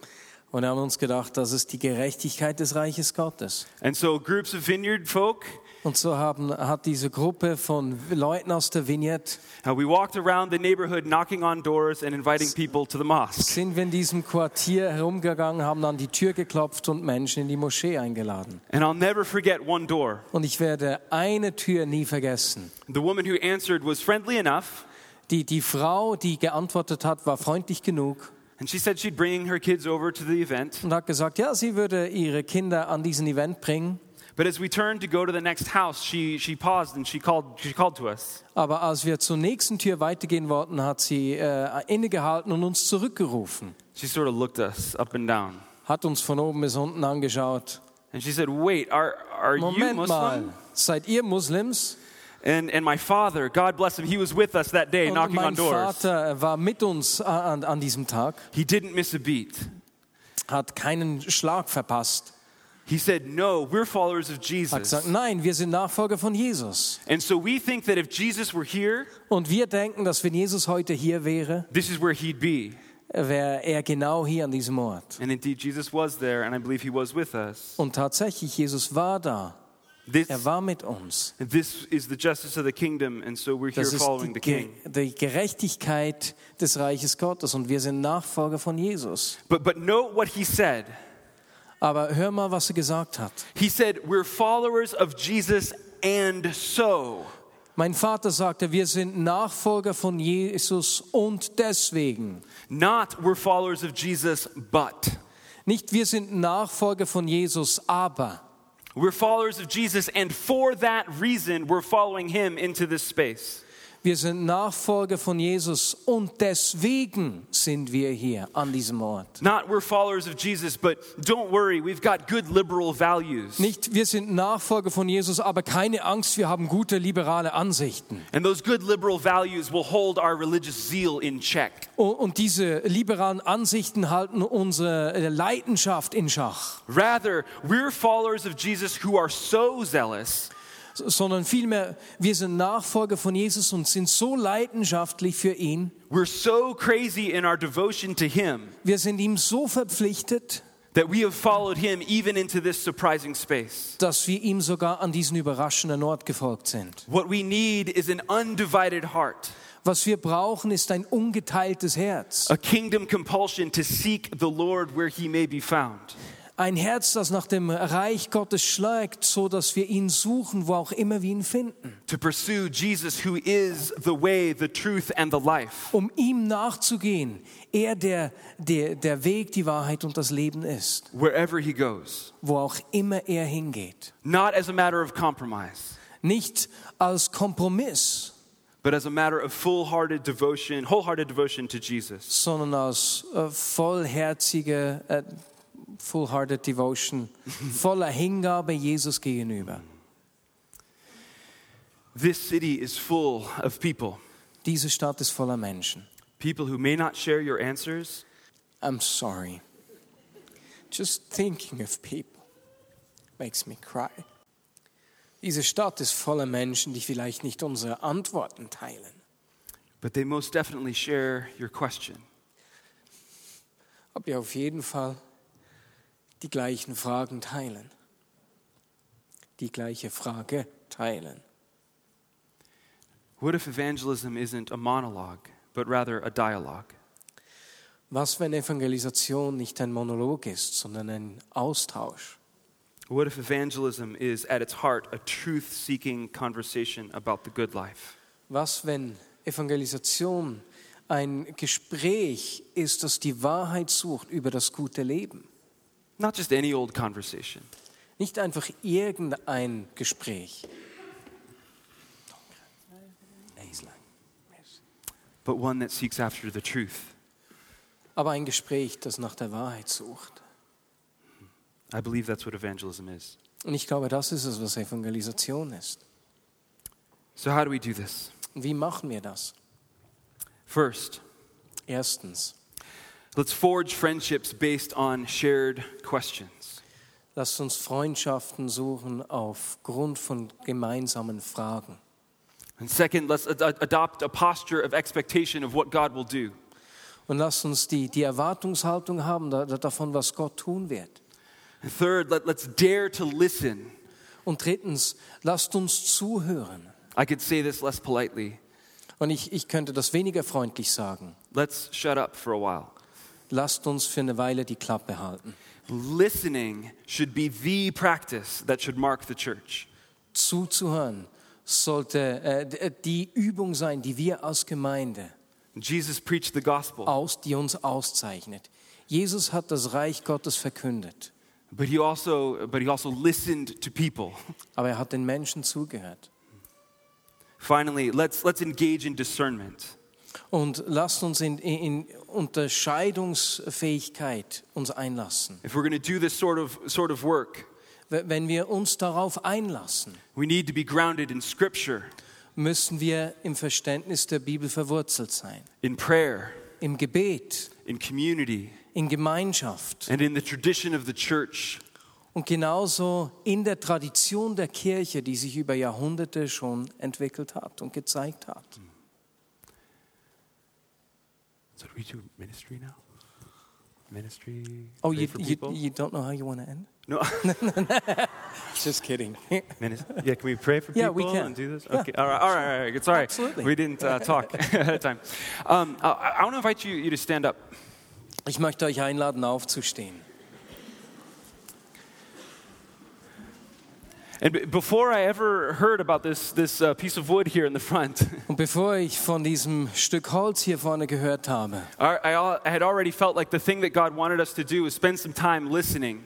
Speaker 2: Und haben uns gedacht, das ist die Gerechtigkeit des Reiches Gottes.
Speaker 1: And so groups of vineyard folk,
Speaker 2: Und so haben, hat diese Gruppe von Leuten aus der Vignette,
Speaker 1: uh, we walked around the neighborhood knocking on doors and inviting people to the mosque.
Speaker 2: sind wir in diesem Quartier herumgegangen, haben an die Tür geklopft und Menschen in die Moschee eingeladen.
Speaker 1: And I'll never forget one door.
Speaker 2: Und ich werde eine Tür nie vergessen.
Speaker 1: The woman who answered was friendly enough,
Speaker 2: Die, die Frau, die geantwortet hat, war freundlich genug
Speaker 1: and she said she'd bring her kids over to the event.
Speaker 2: und hat gesagt, ja, sie würde ihre Kinder an diesen Event bringen.
Speaker 1: But as we turned to go to the next house, she, she paused and she called, she called to us.
Speaker 2: Aber als wir zur nächsten Tür weitergehen wollten, hat sie äh, innegehalten und uns zurückgerufen.
Speaker 1: She sort of looked us up and down.
Speaker 2: Hat uns von oben bis unten angeschaut.
Speaker 1: And she said, Wait, are, are you
Speaker 2: Moment mal,
Speaker 1: Muslim?
Speaker 2: seid ihr Muslims?
Speaker 1: And, and my father, God bless him, he was with us that day
Speaker 2: Und
Speaker 1: knocking on
Speaker 2: Oh, mein
Speaker 1: doors.
Speaker 2: Vater war mit uns äh, an, an diesem Tag,
Speaker 1: He didn't miss a beat.
Speaker 2: hat keinen Schlag verpasst.
Speaker 1: He said, No, we're followers of
Speaker 2: Hat gesagt,
Speaker 1: Jesus.
Speaker 2: nein, wir sind Nachfolger von Jesus.
Speaker 1: And so we think that if Jesus were here,
Speaker 2: Und wir denken, dass wenn Jesus heute hier wäre,
Speaker 1: this is where he'd be.
Speaker 2: wäre er genau hier an diesem Ort.
Speaker 1: And indeed, Jesus was there, and I believe he was with us.
Speaker 2: Und tatsächlich, Jesus war da.
Speaker 1: This,
Speaker 2: Er war mit uns.
Speaker 1: this is the justice of the kingdom, and so we're here
Speaker 2: Das ist
Speaker 1: following the
Speaker 2: die, Ge
Speaker 1: king.
Speaker 2: die Gerechtigkeit des Reiches Gottes und wir sind Nachfolger von Jesus.
Speaker 1: But, but note what he said.
Speaker 2: Aber hör mal, was er gesagt hat.
Speaker 1: He said, We're followers of Jesus, and so.
Speaker 2: Mein Vater sagte, wir sind Nachfolger von Jesus und deswegen.
Speaker 1: Not we're followers of Jesus, but.
Speaker 2: Nicht wir sind Nachfolger von Jesus, aber.
Speaker 1: We're followers of Jesus, and for that reason, we're following him into this space.
Speaker 2: Wir sind Nachfolger von Jesus und deswegen sind wir hier an diesem Ort.
Speaker 1: Not we're followers of Jesus, but don't worry, we've got good liberal values.
Speaker 2: Nicht wir sind Nachfolger von Jesus, aber keine Angst, wir haben gute liberale Ansichten.
Speaker 1: And those good liberal values will hold our religious zeal in check.
Speaker 2: U- Und diese liberalen Ansichten halten unsere äh, Leidenschaft in Schach,
Speaker 1: Rather, we're followers of Jesus who are so zealous
Speaker 2: S- sondern vielmehr wir sind Nachfolger von Jesus und sind so leidenschaftlich für ihn.
Speaker 1: We're so crazy in our devotion to Him
Speaker 2: Wir sind ihm so verpflichtet,
Speaker 1: that we have followed Him even into this surprising space.
Speaker 2: dass wir ihm sogar an diesen überraschenden Ort gefolgt sind.
Speaker 1: What we need is an undivided heart,
Speaker 2: Was wir brauchen, ist ein ungeteiltes Herz.
Speaker 1: a kingdom compulsion to seek the Lord where He may be found.
Speaker 2: Ein Herz, das nach dem Reich Gottes schlägt, so dass wir ihn suchen, wo auch immer wir ihn finden.
Speaker 1: To pursue Jesus, who is the way, the truth, and the life.
Speaker 2: Um ihm nachzugehen, er der, der, der Weg, die Wahrheit und das Leben ist,
Speaker 1: Wherever He goes,
Speaker 2: wo auch immer er hingeht.
Speaker 1: not as a matter of compromise,
Speaker 2: Nicht als Kompromiss,
Speaker 1: but as a matter of full hearted devotion, wholehearted devotion to Jesus.
Speaker 2: sondern als äh, vollherzige, äh, full-hearted devotion, voller Hingabe Jesus gegenüber.
Speaker 1: This city is full of people,
Speaker 2: Diese Stadt ist voller Menschen.
Speaker 1: people who may not share your answers.
Speaker 2: I'm sorry. Just thinking of people makes me cry. Diese Stadt ist voller Menschen, die vielleicht nicht unsere Antworten teilen,
Speaker 1: But they most definitely share your question.
Speaker 2: aber die auf jeden Fall die gleichen Fragen teilen. Die gleiche Frage teilen.
Speaker 1: What if evangelism isn't a monologue, but rather a dialogue?
Speaker 2: Was, wenn Evangelisation nicht ein Monolog ist, sondern ein Austausch?
Speaker 1: What if evangelism is, at its heart, a truth seeking conversation about the good life?
Speaker 2: Was, wenn Evangelisation ein Gespräch ist, das die Wahrheit sucht über das gute Leben?
Speaker 1: Not just any old conversation,
Speaker 2: Nicht einfach irgendein Gespräch.
Speaker 1: but one that seeks after the truth.
Speaker 2: Aber ein Gespräch, das nach der Wahrheit sucht.
Speaker 1: I believe that's what evangelism is.
Speaker 2: Und ich glaube, das ist es, was Evangelisation ist.
Speaker 1: So, how do we do this?
Speaker 2: Und wie machen wir das?
Speaker 1: First,
Speaker 2: Erstens,
Speaker 1: let's forge friendships based on shared questions.
Speaker 2: lasst uns Freundschaften suchen aufgrund von gemeinsamen Fragen.
Speaker 1: And second, let's ad- adopt a posture of expectation of what God will do.
Speaker 2: Und lasst uns die, die Erwartungshaltung haben da, da, davon, was Gott tun wird.
Speaker 1: And third, let, let's dare to listen.
Speaker 2: Und drittens, lasst uns zuhören.
Speaker 1: I could say this less politely.
Speaker 2: Und ich, ich könnte das weniger freundlich sagen.
Speaker 1: Let's shut up for a while.
Speaker 2: Lasst uns für eine Weile die Klappe halten.
Speaker 1: Listening should be the practice that should mark the church.
Speaker 2: zuzuhören sollte äh, d- die Übung sein, die wir als Gemeinde
Speaker 1: Jesus preached the gospel,
Speaker 2: aus, die uns auszeichnet. Jesus hat das Reich Gottes verkündet,
Speaker 1: but he also, but he also listened to people.
Speaker 2: aber er hat den Menschen zugehört.
Speaker 1: Finally, let's, let's engage in discernment.
Speaker 2: Und lasst uns in, in in Unterscheidungsfähigkeit uns einlassen.
Speaker 1: If we're going to do this sort of, sort of work,
Speaker 2: W- Wenn wir uns darauf einlassen,
Speaker 1: we need to be grounded in scripture,
Speaker 2: müssen wir im Verständnis der Bibel verwurzelt sein,
Speaker 1: in prayer,
Speaker 2: im Gebet,
Speaker 1: in community,
Speaker 2: in Gemeinschaft
Speaker 1: and in the tradition of the church.
Speaker 2: und genauso in der Tradition der Kirche, die sich über Jahrhunderte schon entwickelt hat und gezeigt hat.
Speaker 1: Hm. So, do we do ministry now? Ministry?
Speaker 2: Oh,
Speaker 1: pray
Speaker 2: you,
Speaker 1: for
Speaker 2: you,
Speaker 1: people?
Speaker 2: you don't know how you want to end?
Speaker 1: No.
Speaker 2: Just kidding.
Speaker 1: Minis- yeah, can we pray for people
Speaker 2: Yeah, we can.
Speaker 1: and do this?
Speaker 2: Yeah.
Speaker 1: Okay, all right, all right, all right. It's all right.
Speaker 2: Absolutely.
Speaker 1: We didn't uh, talk ahead of time. Um, I, I want to invite you, you to stand up.
Speaker 2: Ich möchte euch einladen, aufzustehen.
Speaker 1: And b- before I ever heard about this, this uh, piece of wood here in the front,
Speaker 2: Und bevor ich von diesem Stück Holz hier vorne gehört habe,
Speaker 1: I, I, al- I had already felt like the thing that God wanted us to do is spend some time listening,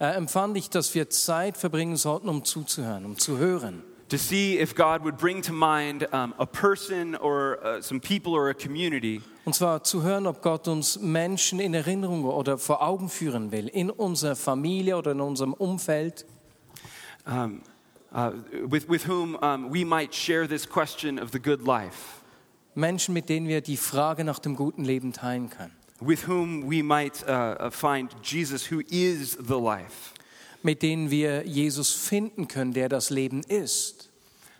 Speaker 2: äh, empfand ich, dass wir Zeit verbringen sollten, um zuzuhören, um zu hören,
Speaker 1: to to see if God would bring to mind um, a person or uh, some people or a community
Speaker 2: Und zwar zu hören, ob Gott uns Menschen in Erinnerung oder vor Augen führen will, in unserer Familie oder in unserem Umfeld,
Speaker 1: um, uh, with, with whom um, we might share this question of the good life,
Speaker 2: Menschen, mit denen wir die Frage nach dem guten Leben teilen können,
Speaker 1: with whom we might uh, uh, find Jesus, who is the life.
Speaker 2: mit denen wir Jesus finden können, der das Leben ist.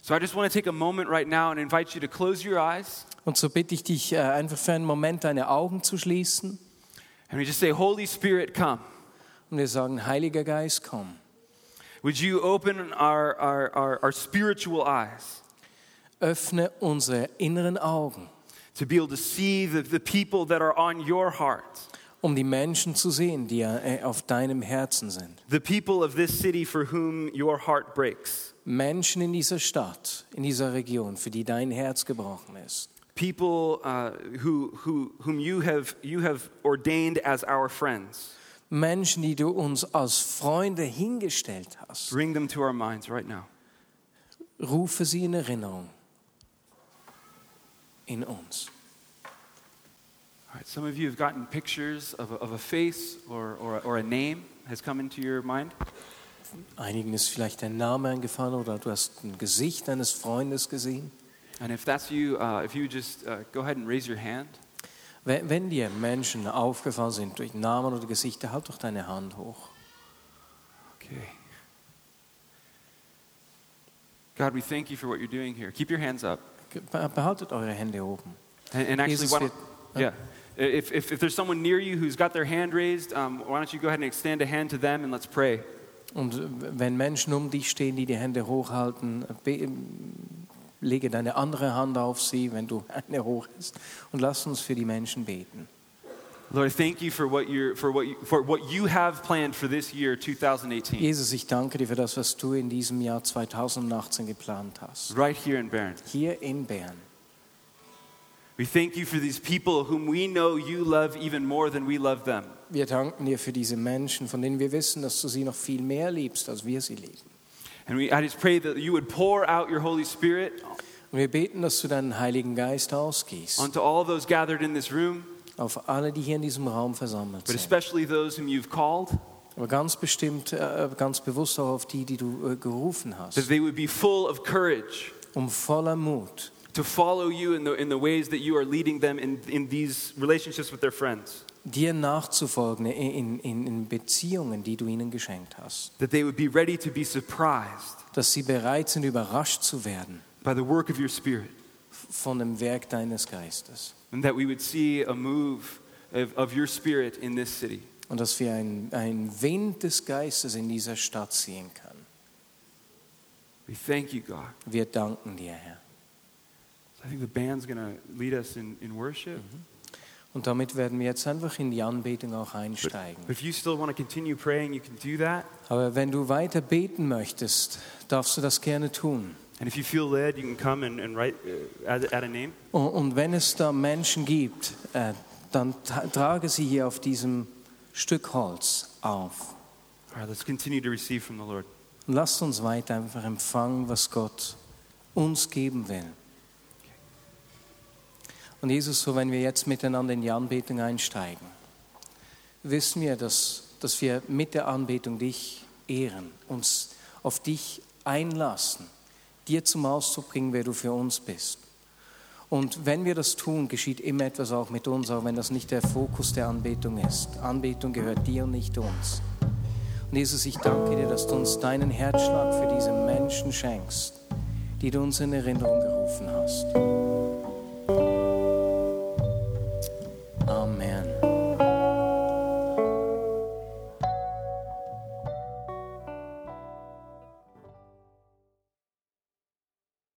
Speaker 1: So I just want to take a moment right now and invite you to close your eyes
Speaker 2: Und so bitte ich dich äh, einfach für einen Moment deine Augen zu schließen
Speaker 1: and we just say, Holy Spirit, come.
Speaker 2: und wir sagen, Heiliger Geist, komm.
Speaker 1: Would you open our, our, our, our spiritual eyes
Speaker 2: Öffne unsere inneren Augen,
Speaker 1: to be able to see the, the people that are on your heart,
Speaker 2: um die Menschen zu sehen, die äh, auf deinem Herzen sind.
Speaker 1: the people of this city for whom your heart breaks,
Speaker 2: Menschen in dieser Stadt, in dieser Region, für die dein Herz gebrochen ist.
Speaker 1: people uh, who, who, whom you have, you have ordained as our friends?
Speaker 2: Menschen, die du uns als Freunde hingestellt hast.
Speaker 1: Bring them to our minds right now.
Speaker 2: Rufe sie in Erinnerung. In uns.
Speaker 1: All right, some of you have gotten pictures of a, of a face or, or, or a name has come into your mind.
Speaker 2: Einigen ist vielleicht dein Name eingefallen oder du hast ein Gesicht deines Freundes gesehen.
Speaker 1: And if that's you, uh, if you just uh, go ahead and raise your hand.
Speaker 2: Wenn, wenn dir Menschen aufgefallen sind durch Namen oder Gesichter, halt doch deine Hand hoch.
Speaker 1: Okay. God, we thank you for what you're doing here. Keep your hands up.
Speaker 2: Be- Behaltet eure Hände oben.
Speaker 1: And, and actually,
Speaker 2: Jesus
Speaker 1: why don't,
Speaker 2: did-
Speaker 1: yeah, if, if, if there's someone near you who's got their hand raised, um, why don't you go ahead and extend a hand to them and let's pray.
Speaker 2: Und wenn Menschen um dich stehen, die die Hände hochhalten, be- lege deine andere Hand auf sie, wenn du eine hoch hast. Und lass uns für die Menschen beten.
Speaker 1: Lord, I thank you for what, you're, for, what you, for what you have planned for this year, 2018,
Speaker 2: Jesus, ich danke dir für das, was du in diesem Jahr 2018 geplant hast.
Speaker 1: right here in Barron.
Speaker 2: Hier in Bern.
Speaker 1: We thank you for these people whom we know you love even more than we love them.
Speaker 2: Wir danken dir für diese Menschen, von denen wir wissen, dass du sie noch viel mehr liebst, als wir sie lieben.
Speaker 1: And we, I just pray that you would pour out your Holy Spirit
Speaker 2: Und wir beten, dass du deinen Heiligen Geist ausgießt
Speaker 1: onto all those gathered in this room,
Speaker 2: auf alle, die hier in diesem Raum versammelt
Speaker 1: but
Speaker 2: sind.
Speaker 1: especially those whom you've called,
Speaker 2: Aber ganz bestimmt, äh, ganz bewusst auch auf die, die du äh, gerufen
Speaker 1: that
Speaker 2: hast,
Speaker 1: they would be full of courage
Speaker 2: um voller Mut
Speaker 1: to follow you in the, in the ways that you are leading them in, in these relationships with their friends.
Speaker 2: dir nachzufolgen in, in, in Beziehungen, die du ihnen geschenkt hast.
Speaker 1: That they would be ready to be surprised
Speaker 2: Dass sie bereit sind, überrascht zu werden
Speaker 1: by the work of your Spirit.
Speaker 2: von dem Werk deines Geistes.
Speaker 1: And that we would see a move of, of your Spirit in this city.
Speaker 2: Und dass wir einen einen Wind des Geistes in dieser Stadt sehen können.
Speaker 1: We thank you, God.
Speaker 2: Wir danken dir, Herr.
Speaker 1: I think the band's going to lead us in, in worship.
Speaker 2: Und damit werden wir jetzt einfach in die Anbetung auch einsteigen.
Speaker 1: But if you still want to continue praying, you can do that.
Speaker 2: Aber wenn du weiter beten möchtest, darfst du das gerne tun.
Speaker 1: And if you feel led, you can come and, and write, uh, add, add a name.
Speaker 2: Und, und wenn es da Menschen gibt, äh, dann tra- trage sie hier auf diesem Stück Holz auf.
Speaker 1: All right, let's continue to receive from the Lord.
Speaker 2: Und lasst uns weiter einfach empfangen, was Gott uns geben will. Und Jesus, so wenn wir jetzt miteinander in die Anbetung einsteigen, wissen wir, dass, dass wir mit der Anbetung dich ehren, uns auf dich einlassen, dir zum Ausdruck bringen, wer du für uns bist. Und wenn wir das tun, geschieht immer etwas auch mit uns, auch wenn das nicht der Fokus der Anbetung ist. Anbetung gehört dir und nicht uns. Und Jesus, ich danke dir, dass du uns deinen Herzschlag für diese Menschen schenkst, die du uns in Erinnerung gerufen hast.